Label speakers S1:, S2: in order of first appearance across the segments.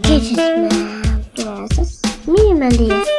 S1: Dit is mijn blazers. Minimalist.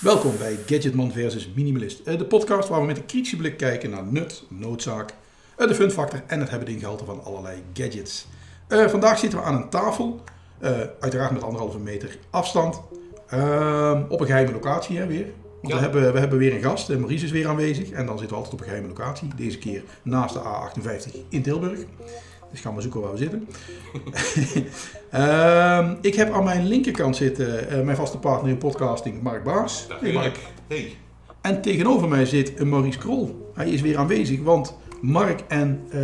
S2: Welkom bij Gadgetman versus Minimalist, eh, de podcast waar we met een kritische blik kijken naar nut, noodzaak, eh, de fun factor en het hebben ingehalte van allerlei gadgets. Eh, vandaag zitten we aan een tafel, eh, uiteraard met anderhalve meter afstand, ehm, op een geheime locatie hè, weer. Want
S3: Ja.
S2: we, hebben, we hebben weer een gast, eh, Maurice is weer aanwezig en dan zitten we altijd op een geheime locatie. Deze keer naast de A58 in Tilburg. Dus gaan we zoeken waar we zitten. Ehm, ik heb aan mijn linkerkant zitten eh, mijn vaste partner in podcasting, Mark Baars. Hey,
S3: Natuurlijk. Hey.
S2: en tegenover mij zit een Maurice Krol. Hij is weer aanwezig, want Mark en eh,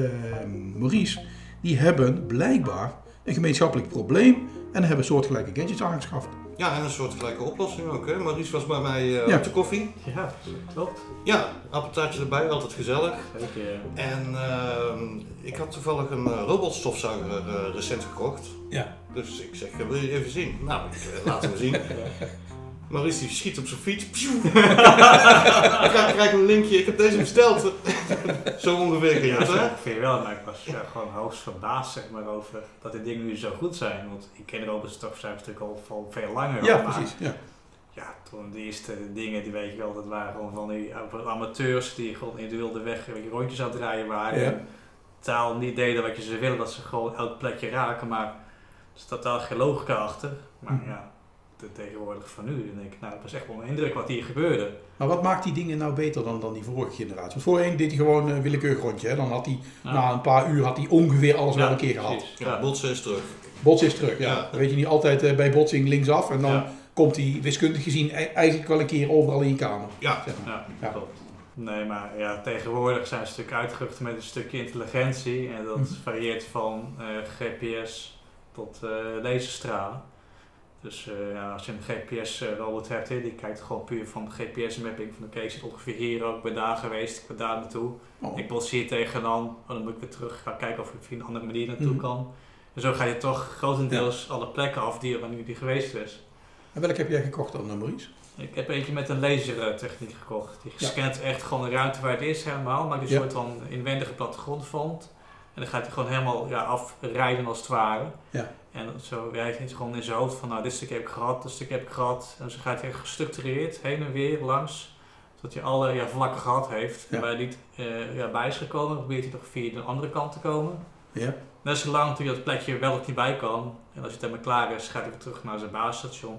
S2: Maurice die hebben blijkbaar een gemeenschappelijk probleem en hebben soortgelijke gadgets aangeschaft.
S3: Ja, en een soort gelijke oplossing ook. Hè? Maurice was bij mij eh,
S2: Ja.
S3: op de koffie.
S4: Ja, klopt.
S3: Ja, appeltaartje erbij, altijd gezellig.
S4: Leuk, eh,
S3: En ehm, ik had toevallig een eh, robotstofzuiger eh, recent gekocht.
S5: Ja.
S3: Dus ik zeg, eh, wil je even zien? Nou, ik, eh, laat hem zien. Maurice die schiet op zijn fiets. Pjoe. ik krijg, krijg een linkje, ik heb deze besteld. Zo ongeveer ging
S4: Ja,
S3: het,
S4: dat
S3: hè?
S4: ongeveer wel, maar ik was ja, gewoon hoogst verbaasd zeg maar, over dat die dingen nu zo goed zijn. Want ik ken robotstofzuigers natuurlijk al van veel langer.
S2: Ja,
S4: al, maar
S2: precies. Ja.
S4: Ja, toen de eerste dingen, die weet je wel, dat waren gewoon van die amateurs die gewoon in de wilde weg weet je, rondjes aan het draaien waren.
S2: Ja.
S4: En Taal niet deden wat je ze willen, dat ze gewoon elk plekje raken, maar er zat totaal geen logica achter. Maar
S2: Mhm.
S4: ja, de tegenwoordig van nu, dan denk ik, nou, dat was echt wel een indruk wat hier gebeurde.
S2: Maar wat maakt die dingen nou beter dan, dan die vorige generatie? Want voorheen deed hij gewoon een willekeurig rondje. Hè? Dan had hij
S4: Ja.
S2: na een paar uur had hij ongeveer alles wel
S4: Ja,
S2: een keer gehad.
S4: precies.
S3: Ja, botsen is terug.
S2: Bots is terug. Ja.
S3: Ja.
S2: Dan weet je niet altijd eh, bij botsing linksaf en dan
S4: Ja.
S2: komt hij wiskundig gezien e- eigenlijk wel een keer overal in je kamer.
S3: Ja.
S2: Zeg maar.
S4: Ja,
S2: Ja.
S4: klopt. Nee, maar ja, tegenwoordig zijn ze een stuk uitgerukt met een stukje intelligentie. En dat
S2: Hm.
S4: varieert van eh, GPS tot eh laserstralen. Dus eh, ja, als je een GPS-robot hebt, hè, die kijkt gewoon puur van GPS-mapping. Van oké, ik zit ongeveer hier ook, ik ben daar geweest, ik ben daar naartoe.
S2: Oh.
S4: Ik bots hier tegenaan, oh, dan moet ik weer terug gaan kijken of ik via een andere manier naartoe
S2: Mhm.
S4: kan. En zo ga je toch grotendeels alle plekken af die, waar nu die geweest is.
S2: En welk heb jij gekocht dan, eh, Maurice?
S4: Ik heb eentje met een lasertechniek gekocht. Die
S2: Ja.
S4: scant echt gewoon de ruimte waar het is helemaal. Maakt een
S2: Ja.
S4: soort van inwendige plattegrond vond. En dan gaat hij gewoon helemaal ja, afrijden als het ware.
S2: Ja.
S4: En zo ja, hij heeft gewoon in zijn hoofd van nou dit stuk heb ik gehad, dit stuk heb ik gehad. En zo gaat hij echt gestructureerd heen en weer langs. Zodat hij alle ja, vlakken gehad heeft.
S2: Ja.
S4: En waar hij niet eh, ja, bij is gekomen, probeert hij toch via de andere kant te komen.
S2: Ja.
S4: Net zolang hij dat plekje wel of niet bij kan. En als het helemaal klaar is, gaat hij weer terug naar zijn basisstation.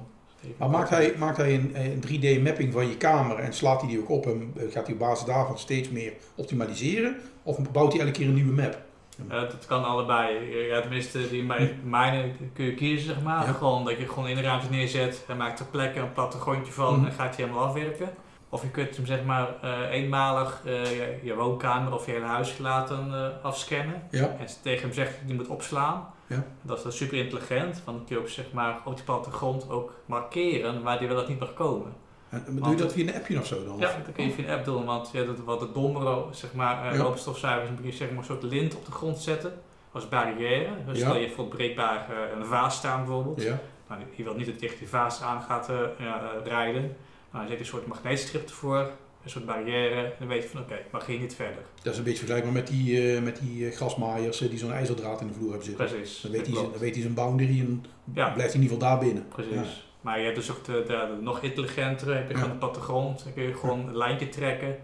S2: Maar maakt hij, maakt hij een, eh, een 3D-mapping van je kamer en slaat hij die ook op en eh, gaat hij op basis daarvan steeds meer optimaliseren? Of bouwt hij elke keer een nieuwe map? Hm.
S4: Ja, Eh, dat kan allebei. Eh, Ja, tenminste, die mi- mijne kun je kiezen, zeg maar.
S2: Ja.
S4: Gewoon dat je gewoon in de ruimte neerzet. Hij maakt er plekken een plattegrondje van
S2: Mhm.
S4: en gaat hij helemaal afwerken. Of je kunt hem zeg maar eh, eenmalig eh, je, je woonkamer of je hele huis laten eh, afscannen.
S2: Ja.
S4: En ze tegen hem zegt dat hij moet opslaan.
S2: Ja.
S4: Dat is dan super intelligent, want dan kun je ook zeg maar, op die plattegrond ook markeren waar die wel of niet mag komen.
S2: En, en doe je dat via een appje of zo dan?
S4: Ja, dat kun je via een app doen, want ja, dat, wat de dommere zeg maar, eh
S2: Ja.
S4: robotstofzuigers, dan kun je zeg maar, een soort lint op de grond zetten als barrière. Dus
S2: Ja.
S4: stel je voor breekbaar eh, een vaas staan bijvoorbeeld.
S2: Ja.
S4: Nou, je wilt niet dat je tegen die vaas aan gaat eh, ja, eh, rijden. Nou, dan zet je een soort magneetstrip ervoor, een soort barrière. En dan weet je van oké, ik mag hier niet verder.
S2: Dat is een beetje vergelijkbaar met die, eh, met die eh, grasmaaiers eh, die zo'n ijzerdraad in de vloer hebben zitten.
S4: Precies.
S2: Dan weet, hij, zijn-
S4: dat klopt.
S2: dan weet hij zijn boundary en
S4: Ja.
S2: blijft hij in ieder geval daar binnen.
S4: Precies. Maar je hebt dus ook de, de, de nog intelligentere, heb je
S2: Ja.
S4: gewoon de plattegrond, dan kun je gewoon een lijntje trekken.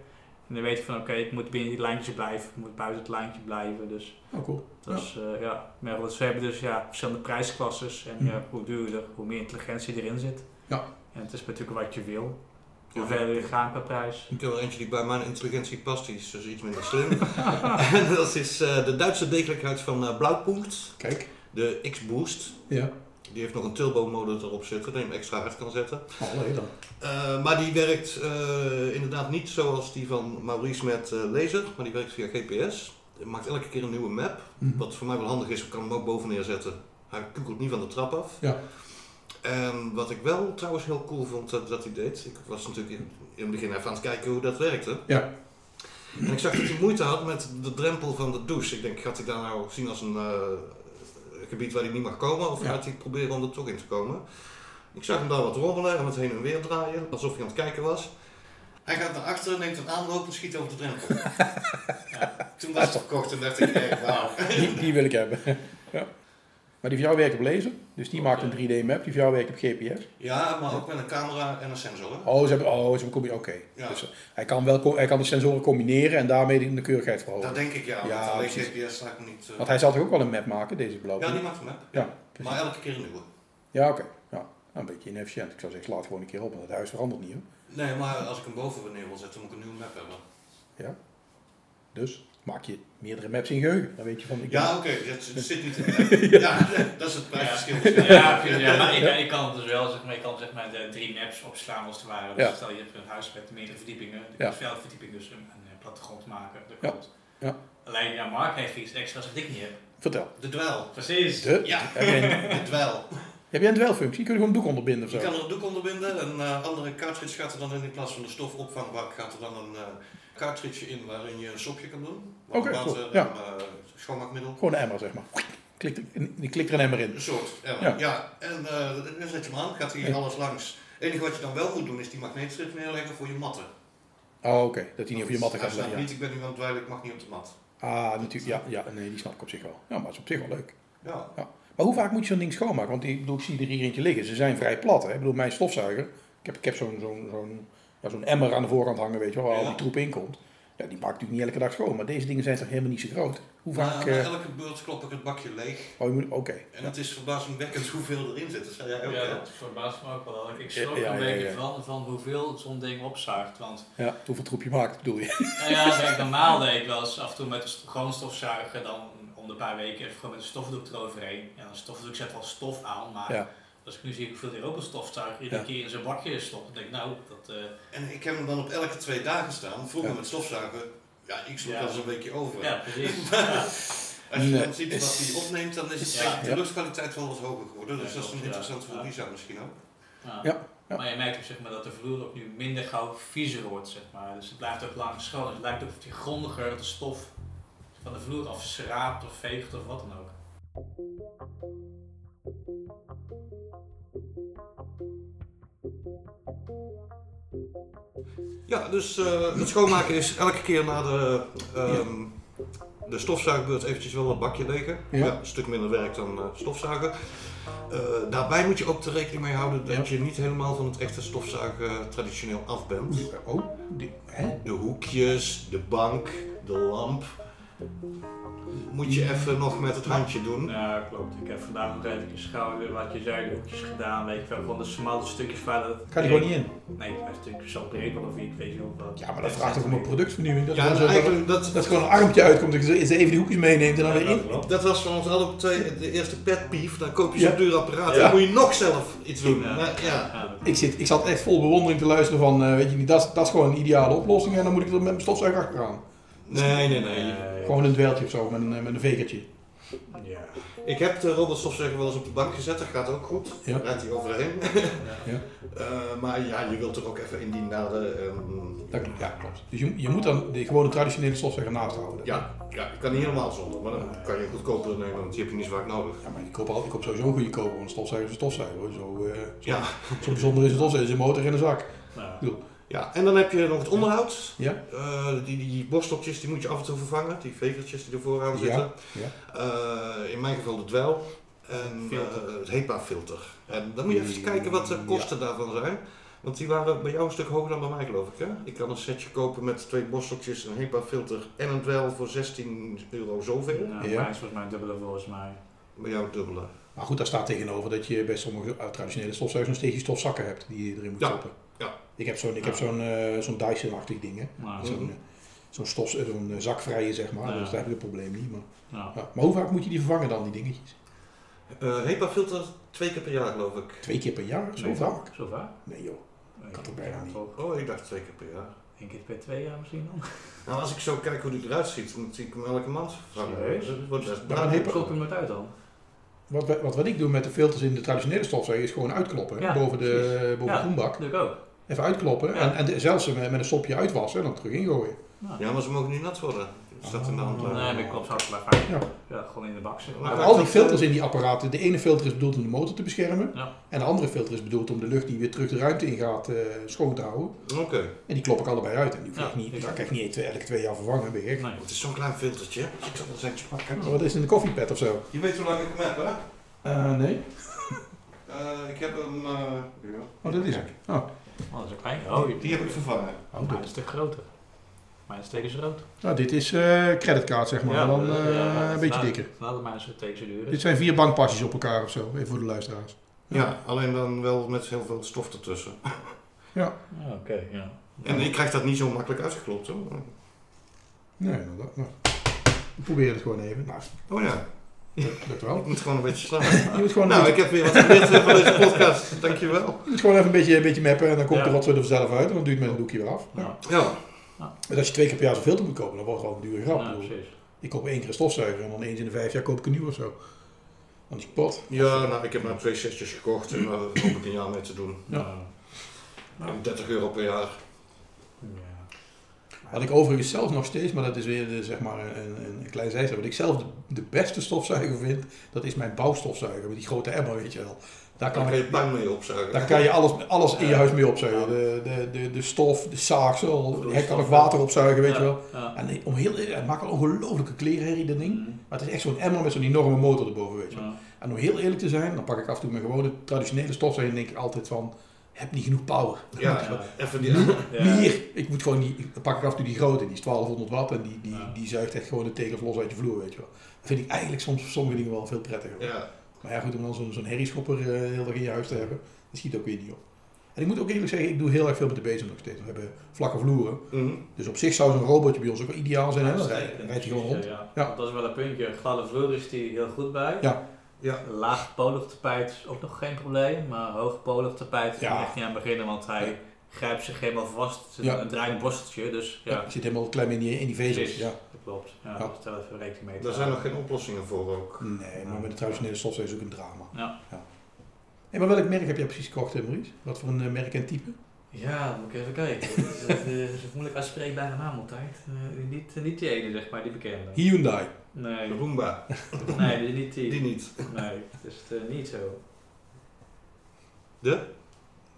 S4: En dan weet je van oké, ik moet binnen dit lijntje blijven, ik moet buiten het lijntje blijven. Dus
S2: Ja. Oh, cool.
S4: Dus ja, ja. Maar goed, ze hebben dus ja, verschillende prijsklasses. En ja, hoe duurder, hoe meer intelligentie erin zit.
S2: Mhm. Ja.
S4: En het is natuurlijk wat je wil. Hoe
S3: Ja.
S4: verder je gaat qua prijs.
S3: Ik heb er eentje die bij mijn intelligentie past, die is dus iets minder slim. en dat is eh, de Duitse degelijkheid van eh Blauwpunkt,
S2: Kijk.
S3: de X-Boost.
S2: Ja.
S3: Die heeft nog een turbo-motor erop zitten, die hem extra hard kan zetten.
S2: Oh, leuk dan.
S3: Eh, maar die werkt eh, inderdaad niet zoals die van Maurice met eh, laser, maar die werkt via GPS. Die maakt elke keer een nieuwe map.
S2: Mhm.
S3: Wat voor mij wel handig is, ik kan hem ook boven neerzetten. Hij kukelt niet van de trap af.
S2: Ja.
S3: En wat ik wel trouwens heel cool vond eh, dat, dat hij deed. Ik was natuurlijk in, in het begin even aan het kijken hoe dat werkte.
S2: Ja.
S3: En ik zag dat hij moeite had met de drempel van de douche. Ik denk, gaat hij daar nou zien als een eh, gebied waar hij niet mag komen? Of
S2: Ja.
S3: gaat hij proberen om er toch in te komen? Ik zag hem daar wat rommelen en wat heen en weer draaien, alsof hij aan het kijken was. Hij gaat naar achteren, neemt een aanloop en schiet over de drempel. Ja, toen was het verkocht en dacht ik, hey, wauw.
S2: Die, die wil ik hebben. ja. Maar die van jou werkt op laser, dus die maakt een 3D-map. Die van jou werkt op GPS.
S3: Ja, maar ook met een camera en een sensor. hè?
S2: Oh, ze hebben, oh, ze hebben combi- oké.
S3: Ja.
S2: Dus, eh, hij, kan wel, co- hij kan de sensoren combineren en daarmee de nauwkeurigheid verhogen.
S3: Dat denk ik, ja.
S2: Ja,
S3: want alleen
S2: precies.
S3: GPS sta ik me niet... eh,
S2: Want hij zal toch ook wel een map maken, deze blauwe?
S3: ja, Oh, die maakt hem, hè.
S2: Ja, precies.
S3: Maar elke keer een nieuwe.
S2: Ja, oké. Ja. Nou, een beetje inefficiënt. Ik zou zeggen, laat gewoon een keer op, want het huis verandert niet. Hoor.
S3: Nee, maar als ik hem boven neer wil zetten, moet ik een nieuwe map hebben.
S2: Dus maak je meerdere maps in geheugen. Dan weet je van... Ik
S3: Ja, oké, dat dat zit niet in de Ja, dat is het prijsverschil.
S5: Nou Ja, ja, maar ik, ik kan het dus wel, zeg maar, ik kan zeg maar de drie maps opslaan als het ware. Dus
S2: Ja.
S5: stel je hebt een huis met meerdere verdiepingen, dan
S2: Ja.
S5: kun je ja. verdieping dus een, een eh, plattegrond maken. Dat
S2: Ja.
S5: klopt.
S2: Ja.
S5: Alleen ja, Mark heeft iets extra's wat ik niet heb.
S2: Vertel.
S3: De dweil.
S5: Precies.
S2: De,
S3: Ja.
S2: heb, jij een,
S3: De dweil.
S2: heb jij een dweilfunctie? Kun je gewoon een doek onderbinden of
S3: Je
S2: zo?
S3: kan er een doek onder binden. Een eh, andere cartridge gaat er dan in. In plaats van de stofopvangbak gaat er dan een eh, cartridge in waarin je een sopje kan doen.
S2: Oké,
S3: Warm
S2: cool,
S3: water
S2: ja.
S3: en, eh, schoonmaakmiddel.
S2: Gewoon een emmer, zeg maar. Klik er, die klikt er een emmer in.
S3: Een soort. eh,
S2: Ja.
S3: ja. En eh, dan zet je hem aan, gaat hij
S2: Ja.
S3: alles langs. Het enige wat je dan wel moet doen is die magneetstrip neerleggen voor je matten.
S2: Oh, oké. Dat hij niet op je matten gaat
S3: Hij staat
S2: liggen.
S3: niet, ik ben nu aan het dweilen, ik mag niet op de mat.
S2: Ah, natuurlijk. Ja, ja, nee, die snap ik op zich wel. Ja, maar het is op zich wel leuk.
S3: Ja.
S2: Maar hoe vaak moet je zo'n ding schoonmaken? Want ik, bedoel, ik zie er hier eentje liggen. Ze zijn vrij plat. Hè? Ik bedoel, mijn stofzuiger. Ik heb, ik heb zo'n zo'n zo'n ja, zo'n emmer aan de voorkant hangen, weet je wel, waar al
S3: Ja.
S2: die troep in komt. Ja, die maakt natuurlijk niet elke dag schoon. Maar deze dingen zijn toch helemaal niet zo groot? Hoe vaak...
S3: Maar na
S2: eh,
S3: elke beurt klop ik het bakje leeg.
S2: oh, je moet... Oké.
S3: En het is verbazingwekkend hoeveel erin zit. Dat zei jij ook,
S5: Ja,
S3: hè?
S5: dat verbaast me ook wel. Ik- Ik schrok
S2: Ja, ja,
S5: een beetje
S2: ja.
S5: van, van hoeveel zo'n ding opzuigt. Want
S2: Ja, hoeveel troep je maakt, bedoel je?
S5: nou ja, kijk, normaal deed ik wel eens af en toe met een st- gewoon stofzuigen. Dan om de paar weken even gewoon met een stofdoek eroverheen. En een stofdoek zet wel stof aan, maar
S2: Ja.
S5: als ik nu zie hoeveel die ook een stofzuiger iedere
S2: Ja.
S5: keer in zijn bakje stopt. Dan denk ik, nou, dat... eh,
S3: En ik heb hem dan op elke twee dagen staan. Vroeger
S2: Ja.
S3: met stofzuigen, ja, ik sloeg
S5: Ja.
S3: wel eens een weekje over.
S5: ja, precies. Ja.
S3: Als je
S2: Nee.
S3: dan ziet wat hij opneemt, dan is het
S5: Ja.
S3: echt
S2: Ja.
S3: de luchtkwaliteit wel wat hoger geworden. Dus
S5: Ja,
S3: dat is een
S5: klopt,
S3: interessant
S5: ja.
S3: voor
S5: Ja.
S3: Lisa misschien ook.
S5: Ja.
S2: Ja, ja.
S5: Maar je merkt ook zeg maar, dat de vloer ook nu minder gauw viezer wordt. Zeg maar. Dus het blijft ook lang schoon. Het lijkt ook of die grondiger de stof van de vloer af schraapt of veegt of wat dan ook.
S3: Ja, dus eh, het schoonmaken is elke keer na de, ehm, de stofzuigbeurt eventjes wel een bakje legen.
S2: Ja.
S3: Ja. een stuk minder werk dan eh, stofzuigen. Eh, daarbij moet je ook de rekening mee houden dat je niet helemaal van het echte stofzuigen eh, traditioneel af bent.
S2: Oh, die, hè?
S3: De hoekjes, de bank, de lamp. Moet je even nog met het handje doen.
S4: Nou, klopt. Ik heb vandaag nog even je schouder, wat je zei, de hoekjes gedaan. Weet je wel, van de smalle stukjes waar dat...
S2: Kan die gewoon niet in?
S4: Nee, het is natuurlijk zo breed of niet, weet je wel. wat-
S2: Ja, maar dat vraagt toch om een productvernieuwing? Dat,
S3: Ja,
S2: is gewoon zo-
S3: eigenlijk, dat,
S2: dat er gewoon een armpje uitkomt en ze ze even die hoekjes meeneemt en dan
S4: Ja,
S2: weer in.
S4: dat klopt.
S3: Dat was van ons alle twee de eerste pet peeve. Dan koop je
S2: Ja.
S3: zo'n duur apparaat.
S2: Ja.
S3: Dan moet je nog zelf iets doen.
S4: Ja.
S3: Maar ja.
S4: Ja, dat-
S2: Ik, zit, ik zat echt vol bewondering te luisteren van, eh, weet je niet, dat, is- dat is gewoon een ideale oplossing en dan moet ik er met mijn stofzuiger achteraan.
S3: Nee, nee, nee.
S4: Eh, nou
S2: Gewoon een dweiltje of zo, met een, eh, met een vegertje.
S4: Ja.
S3: Ik heb de robotstofzuiger wel eens op de bank gezet. Dat gaat ook goed.
S2: Ja.
S3: Daar rijdt hij overheen.
S2: Ja.
S3: Eh, maar ja, je wilt er ook even in die naden. ehm,
S2: Dat, ja, klopt. Dus je, je moet dan de gewone traditionele stofzuiger naast houden.
S3: ja, ja, je kan niet helemaal zonder. Maar dan kan je goedkoper nemen, want die heb je niet zo vaak nodig.
S2: Ja, maar ik koop, al, ik koop sowieso een goede koper, want een stofzuiger is een stofzuiger. hoor. Zo, eh, zo,
S3: Ja.
S2: zo bijzonder is het stofzuiger, is een motor en een zak.
S4: Nou,
S3: ja. En dan heb je nog het onderhoud.
S2: Ja.
S3: Eh, die, die borsteltjes die moet je af en toe vervangen. Die vegertjes die ervoor aan
S2: Ja,
S3: zitten.
S2: ja.
S3: Eh, in mijn geval de dweil. En
S4: Filter.
S3: eh, het HEPA-filter. En dan moet je even kijken wat de kosten daarvan zijn. Want die waren bij jou een stuk hoger dan bij mij, geloof ik. Hè? Ik kan een setje kopen met twee borsteltjes, een HEPA-filter en een dweil voor 16 euro zoveel.
S4: nou,
S2: Ja.
S4: mijn is volgens mij een dubbele volgens mij.
S3: Bij jou het dubbele.
S2: Maar goed, daar staat tegenover dat je bij sommige eh, traditionele stofzuigers nog steeds die stofzakken hebt die je erin moet
S3: Ja,
S2: stoppen.
S3: ja.
S2: Ik heb zo'n ik heb zo'n eh, zo'n Dyson-achtig ding, hè.
S4: Nou,
S2: Zo'n
S3: Mhm.
S2: eh, zo'n stof, eh, zo'n, eh, zakvrije, zeg maar.
S4: Ja.
S2: Dus daar heb je het probleem niet. Maar,
S4: nou.
S2: ja. maar hoe vaak moet je die vervangen dan, die dingetjes?
S3: Eh HEPA-filter twee keer per jaar, geloof ik.
S2: Twee keer per jaar? Zo
S4: Nee,
S2: vaak?
S4: Zo vaak?
S2: Nee joh.
S4: Nee,
S2: Kan toch bijna niet.
S4: toch?
S3: Oh, ik dacht twee keer per jaar.
S4: Eén keer per twee jaar misschien dan.
S3: Nou, als ik zo kijk hoe die eruit ziet, moet ik hem elke maand vervangen.
S4: Serieus?
S3: Dat wordt best
S2: Daar een HEPA-
S4: Klopt hem wat uit dan?
S2: Wat, we- wat, wat ik doe met de filters in de traditionele stofzuiger is gewoon uitkloppen hè,
S4: Ja,
S2: boven de, boven de
S4: Ja.
S2: groenbak.
S4: Dat doe ik ook.
S2: even uitkloppen.
S4: Ja.
S2: En, en de- zelfs met, met een sopje uitwassen en dan terug ingooien.
S3: Ja, maar ze mogen niet nat worden. Staat in de handleiding.
S4: Oh, Nee, maar ik klap ze hartstikke vaak.
S2: Ja.
S4: Ja. gewoon in de bak zetten.
S3: Maar
S2: Maar
S3: dat
S2: al die
S4: eh,
S3: is,
S2: filters in die apparaten, de ene filter is bedoeld om de motor te beschermen.
S4: Ja.
S2: En de andere filter is bedoeld om de lucht die weer terug de ruimte ingaat eh, schoon te houden.
S3: Oké.
S2: En die klop ik allebei uit. En die hoef
S4: Ja,
S2: ik niet,
S4: ik-
S2: daar kan ik niet twee- elke twee jaar vervangen, ben ik.
S4: Nee.
S3: Het is zo'n klein filtertje. Ik zal er eens eentje pakken.
S2: Wat is het, een koffiepad of zo?
S3: Je weet hoe lang ik hem heb, hè?
S2: nee.
S3: Eh, ik heb hem... eh, ja.
S2: Oh, dat is het. Oh,
S4: Oh, dat is een klein. Oh,
S3: Die heb ik vervangen.
S2: oh,
S4: Mijn
S2: dit.
S4: is een stuk groter. Mijn steek is rood.
S2: Nou, dit is eh creditkaart, zeg maar.
S4: Ja,
S2: dan eh,
S4: eh, ja,
S2: een
S4: nou,
S2: beetje dikker.
S4: Laat het maar eens tegen zijn duur.
S2: Dit zijn vier bankpasjes op elkaar of zo, even voor de luisteraars.
S3: Ja, alleen dan wel met heel veel stof ertussen.
S4: Oké, ja.
S3: En ik krijg dat niet zo makkelijk uitgeklopt, hoor.
S2: Nee, inderdaad. Nou, ik probeer het gewoon even. Nou,
S3: Oh ja,
S2: dat lukt wel.
S3: ik moet gewoon een beetje slaan.
S2: Je moet gewoon,
S3: Nou,
S2: een,
S3: ik heb weer wat geleerd van deze podcast. Dankjewel.
S2: beetje, je moet gewoon even een beetje, een beetje mappen en dan komt
S4: Ja.
S2: er wat zo er vanzelf uit. En dan duurt het met een doekje weer af. Ja.
S4: Ja,
S3: Ja,
S2: En als je twee keer per jaar zo'n filter moet kopen, dan wordt het gewoon een dure grap. Ik
S4: nou,
S2: bedoel,
S4: precies.
S2: ik koop één keer een stofzuiger en dan eens in de vijf jaar koop ik een nieuw of zo. Dan is het pot.
S3: ja nou, ik heb nou twee setjes gekocht en daar hoop ik een jaar mee te doen.
S2: Ja.
S4: Nou,
S3: En 30 euro per jaar.
S4: ja.
S2: Wat ik overigens zelf nog steeds, maar dat is weer eh, zeg maar een, een, een klein zijstap. Wat ik zelf de, de beste stofzuiger vind, dat is mijn bouwstofzuiger. Met die grote emmer, weet je wel. Daar
S3: Daar
S2: kan
S3: kan
S2: ik
S3: je puin mee opzuigen.
S2: Daar kan je alles, alles in je huis mee opzuigen. De, de, de, de stof, de zaagsel, hij kan ook water opzuigen, weet je wel.
S4: Ja.
S2: En nee, om heel, het maakt een ongelofelijke klerenherrie, dat ding.
S4: Mm.
S2: Maar het is echt zo'n emmer met zo'n enorme motor erboven, weet je wel.
S4: Ja.
S2: En om heel eerlijk te zijn, dan pak ik af en toe mijn gewone traditionele stofzuiger en denk ik altijd van... Heb niet genoeg power.
S3: Ja,
S4: Ja.
S3: even die...
S2: Hier, ik moet gewoon die, ik pak ik af en toe die grote, die is 1200 watt en die, die,
S4: Ja.
S2: die zuigt echt gewoon de tegels los uit je vloer, weet je wel. Dat vind ik eigenlijk soms voor sommige dingen wel veel prettiger.
S3: Ja,
S2: Maar ja, goed, om dan zo'n zo'n herrieschopper eh, heel erg in je huis te hebben, dat schiet ook weer niet op. En ik moet ook eerlijk zeggen, ik doe heel erg veel met de bezem nog steeds. We hebben vlakke vloeren.
S3: mhm.
S2: Dus op zich zou zo'n robotje bij ons ook wel ideaal zijn. Hè? Dan rij-
S4: Uitstekend.
S2: dan rijdt hij gewoon rond.
S4: Ja,
S2: Ja.
S4: want Dat is wel een puntje. Een Gladde vloer is die heel goed bij.
S2: Ja.
S3: Ja.
S4: Laagpolig tapijt is ook nog geen probleem. Maar hoogpolig tapijt kan
S2: Ja.
S4: je echt niet aan beginnen, want hij grijpt zich helemaal vast. Het is
S2: Ja.
S4: een draaiend borsteltje, dus ja,
S2: Ja. Je zit helemaal klem in die, in die vezels.
S4: Precies.
S2: Ja.
S4: dat klopt. Ja,
S2: Ja.
S4: Dus daar even rekening mee. te
S3: Daar zijn nog
S4: houden.
S3: geen oplossingen voor ook.
S2: Nee, maar met de traditionele software is ook een drama.
S4: Ja.
S2: Hé, maar welk merk heb jij precies gekocht, eh, Maurice? Wat voor een eh, merk en type?
S4: Ja, dan moet ik even kijken. Het is, het is een moeilijk uitspreekbare naam altijd. Eh, niet, niet die ene, zeg maar, die bekende.
S2: Hyundai.
S4: Nee,
S3: De Roomba,
S4: nee, die- niet die.
S3: die niet.
S4: Nee, het is het, eh, niet zo.
S3: De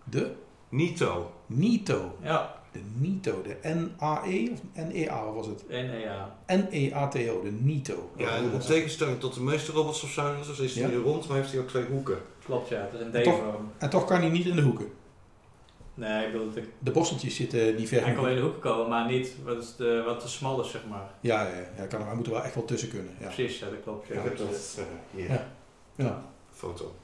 S2: De
S3: Nito.
S2: Nito.
S4: Ja,
S2: De Nito. De N-A-E of N-E-A of was het? E
S4: NEA.
S2: N-E-A-T-O. De Nito.
S3: Ja, en in tegenstelling tot de meeste robotstofzuigers dus is hij
S2: Ja.
S3: rond, maar heeft hij ook twee hoeken.
S4: Klopt, ja, het is een
S2: En toch-
S4: D-vorm.
S2: En toch kan hij niet in de hoeken.
S4: Nee, ik bedoel, het-
S2: De borsteltjes zitten niet ver.
S4: hij kan wel in de hoeken komen, maar niet wat, is de, wat te smal is, zeg maar.
S2: Ja, ja, ja kan, er- hij moet er wel echt wel tussen kunnen. Ja.
S4: Precies, ja, dat klopt. Ja.
S3: Ik heb dat eh, hier.
S2: Ja. Ja.
S3: Foto.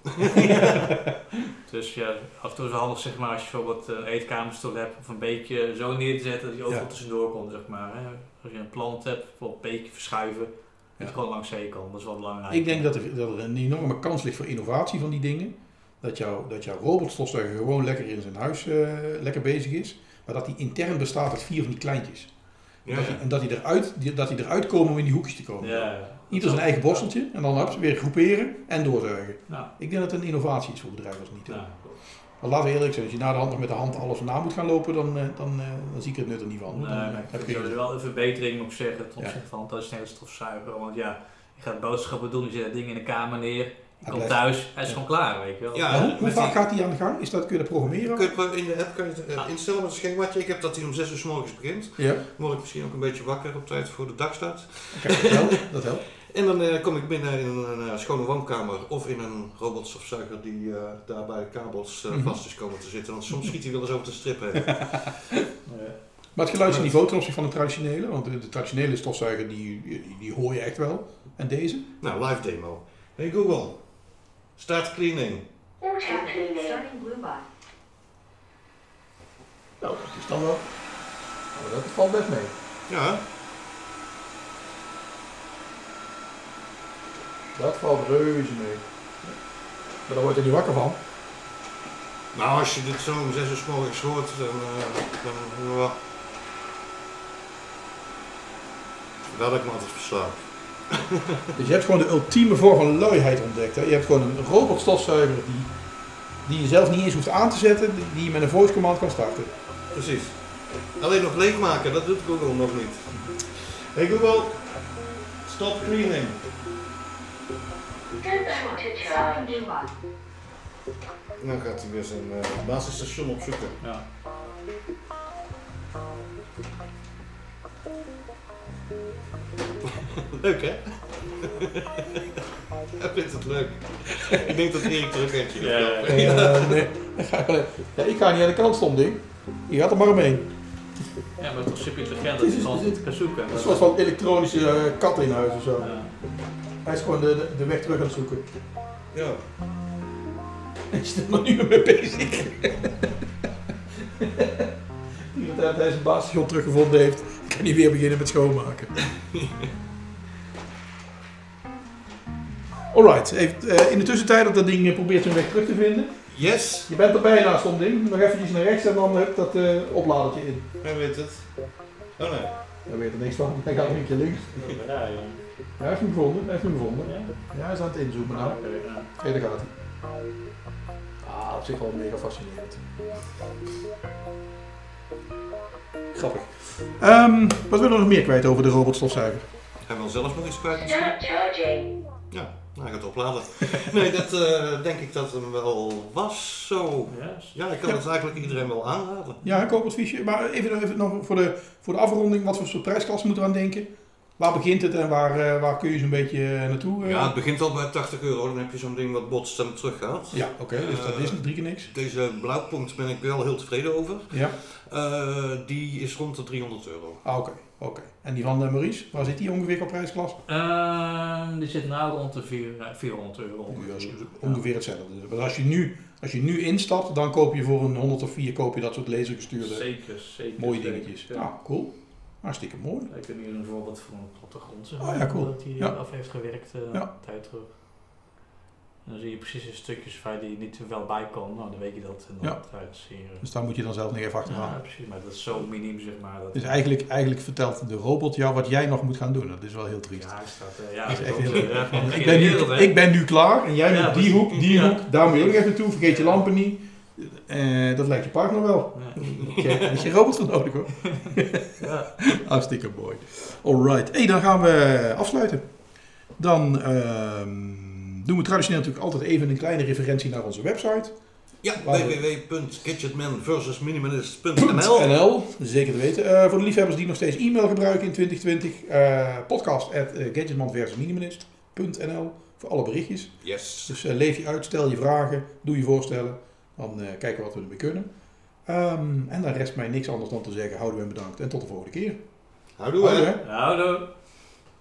S4: Dus ja, af en toe is het handig, zeg maar, als je bijvoorbeeld een eetkamerstoel hebt, of een beetje zo neer te zetten dat je overal
S2: Ja.
S4: tussendoor komt, zeg maar. Hè. Als je een plant hebt, bijvoorbeeld een beetje verschuiven, dat
S2: Ja.
S4: je gewoon langs zee kan. Dat is wel belangrijk.
S2: Ik denk dat er, dat er een enorme kans ligt voor innovatie van die dingen. Dat, jou, dat jouw robotstofzuiger gewoon lekker in zijn huis eh, lekker bezig is. Maar dat die intern bestaat uit vier van die kleintjes.
S3: Ja,
S2: dat die-
S3: ja.
S2: En dat die, eruit, die- dat die eruit komen om in die hoekjes te komen.
S4: Ja, ja.
S2: Ieder zijn eigen borsteltje en dan hups, weer groeperen en doorzuigen.
S4: Nou,
S2: Ik denk dat het een innovatie is voor bedrijven als niet.
S4: nou,
S2: Maar laten we eerlijk zijn, als je na de hand nog met de hand alles na moet gaan lopen, dan, eh, dan, eh, dan zie ik het nut er niet van.
S4: nee,
S2: dan,
S4: maar
S2: eh,
S4: ik
S2: heb
S4: vind
S2: geen-
S4: er wel een verbetering, moet ik zeggen, ten
S2: Ja.
S4: opzichte van traditionele stofzuiger. Want ja, je gaat boodschappen doen, je zet dat ding in de kamer neer, je
S2: Hij
S4: komt
S2: blijft-
S4: thuis, hij is
S2: Ja.
S4: gewoon klaar, weet je wel.
S3: Ja,
S2: Maar hoe,
S3: met
S2: hoe vaak
S3: die-
S2: gaat die aan de gang? Is dat, kun je dat programmeren?
S3: Kun je het in de app kun je het, eh, instellen met een schemaatje. Ik heb dat hij om 6 uur s morgens begint.
S2: Ja,
S3: Word ik misschien ook een beetje wakker op tijd voor de dagstart.
S2: Kijk, dat helpt. Dat helpt.
S3: En dan eh, kom ik binnen in een eh, schone woonkamer of in een robotstofzuiger die eh, daar bij de kabels eh,
S2: Mhm.
S3: vast is komen te zitten. Want soms schiet hij wel eens over de strip heen.
S4: Ja.
S2: Maar het geluidsniveau ten opzichte van de traditionele, want de, de traditionele stofzuiger die, die, die hoor je echt wel. En deze?
S3: nou, live demo. Hey Google, start cleaning.
S6: Starting blue bot.
S2: Nou, dat is dan wel. Oh, dat valt best mee.
S3: Ja,
S2: Dat valt reuze mee. Maar daar word je niet wakker van.
S3: nou als je dit zo om 6 uur s morgens hoort, dan... eh, dan ja. Wel dat ik me altijd verslaap.
S2: Dus je hebt gewoon de ultieme vorm van luiheid ontdekt. Hè? Je hebt gewoon een robotstofzuiger die die je zelf niet eens hoeft aan te zetten, die- die je met een voice command kan starten.
S3: Precies. Alleen nog leegmaken, dat doet Google nog niet. Hey Google, stop cleaning.
S6: Starting blue bar.
S3: Dan Nou, gaat hij weer zijn eh, basisstation opzoeken.
S4: Ja.
S3: Leuk hè? Hij vindt het leuk. Ik denk dat Erik er ook eentje
S4: Ja, ja,
S3: heeft.
S4: ja.
S2: Eh, nee. Ja, ik ga niet aan de kant stom ding. Je gaat er maar omheen.
S4: Ja, maar toch super intelligent dat je gewoon goed kan zoeken.
S2: Een soort van elektronische eh, kat in huis of zo.
S4: Ja.
S2: Hij is gewoon de, de, de weg terug aan het zoeken.
S3: Ja.
S2: Hij is er nog niet meer mee bezig. Die dat hij zijn basisstation teruggevonden heeft, kan hij weer beginnen met schoonmaken. Alright, heeft, eh, in de tussentijd dat dat ding eh, probeert zijn weg terug te vinden.
S3: Yes,
S2: Je bent er bijna, stom ding. Nog eventjes naar rechts en dan heb dat eh opladertje in.
S3: hij weet het. Oh nee.
S2: Hij weet er niks van, hij gaat een keer links.
S4: Ja, joh.
S2: Ja, hij heeft hem gevonden, hij heeft hem gevonden.
S4: Ja?
S2: Ja, hij is aan het inzoomen nou.
S4: Oké, ja.
S2: Hé, daar gaat hij. Ah, op zich wel mega fascinerend. Grappig. Ehm, wat willen we nog meer kwijt over de robotstofzuiger?
S3: Hij wil zelf nog iets kwijt.
S6: Start charging.
S3: Ja, nou, hij gaat opladen. Nee, dat eh, denk ik dat hem wel was zo.
S4: Ja,
S3: Ja, ik kan
S2: Ja.
S3: het eigenlijk iedereen wel aanraden.
S2: Ja, een koopadviesje. Maar even, even nog voor de, voor de afronding, wat voor soort prijsklasse moeten we aan denken? Waar begint het en waar, eh, waar kun je zo'n beetje eh, naartoe? eh?
S3: Ja, het begint al bij 80 euro. Dan heb je zo'n ding wat botst en teruggaat.
S2: ja oké, dus dat is drie keer niks.
S3: Deze blauwpunt ben ik wel heel tevreden over.
S2: Ja,
S3: Eh, die is rond de 300 euro.
S2: ah, oké. oké. En die van eh, Maurice, waar zit die ongeveer qua prijsklasse?
S4: Ehm, die zit nou rond de vier- eh, 400 euro.
S2: Ja, dat is
S4: ongeveer.
S2: ongeveer hetzelfde. Dus als je, nu, als je nu instapt, dan koop je voor een 100 of 4 koop je dat soort lasergestuurde
S4: Zeker, zeker.
S2: mooie
S4: zeker.
S2: dingetjes.
S4: Ja.
S2: Nou, cool. Hartstikke mooi.
S4: Ik heb hier een voorbeeld van een plattegrond. zeg
S2: Oh
S4: maar,
S2: ja, cool.
S4: Dat hij
S2: Ja.
S4: af heeft gewerkt eh,
S2: Ja.
S4: een tijd terug. En dan zie je precies de stukjes waar die niet wel bij kan. Nou, dan weet je dat. En dan
S2: Ja.
S4: draait het zeer, eh,
S2: Dus daar moet je dan zelf nog even achteraan.
S4: Ja, precies. Maar dat is zo minim, zeg maar. Dat
S2: Dus eigenlijk, eigenlijk vertelt de robot jou wat jij nog moet gaan doen. Dat is wel heel triest.
S4: Ja, hij staat... eh, ja,
S2: Dat is echt
S4: klopt,
S2: heel
S4: eh, ja, van de
S2: ik,
S4: hele
S2: ben nu,
S4: wereld, hè.
S2: ik ben nu klaar en jij moet
S4: Ja,
S2: die
S4: precies.
S2: hoek, die
S4: Ja.
S2: hoek. Daar moet je ook nog even toe. Vergeet je lampen niet. Eh, dat lijkt je partner wel.
S4: Ja.
S2: Daar heb je geen robot voor nodig hoor.
S4: Ja.
S2: Hartstikke mooi. Alright. Hey, dan gaan we afsluiten. Dan ehm, doen we traditioneel natuurlijk altijd even een kleine referentie naar onze website.
S3: Ja,
S2: Waar-
S3: www.gadgetmanversusminimalist.nl
S2: NL, zeker te weten. Eh, voor de liefhebbers die nog steeds e-mail gebruiken in 2020, eh podcast at eh, gadgetmanversusminimalist.nl voor alle berichtjes.
S3: Yes.
S2: Dus eh, leef je uit, stel je vragen, doe je voorstellen. Dan eh, kijken we wat we ermee kunnen. Ehm, en dan rest mij niks anders dan te zeggen, houden en bedankt. En tot de volgende keer.
S3: Houdoe hè.
S2: hè?
S4: Nou, doe.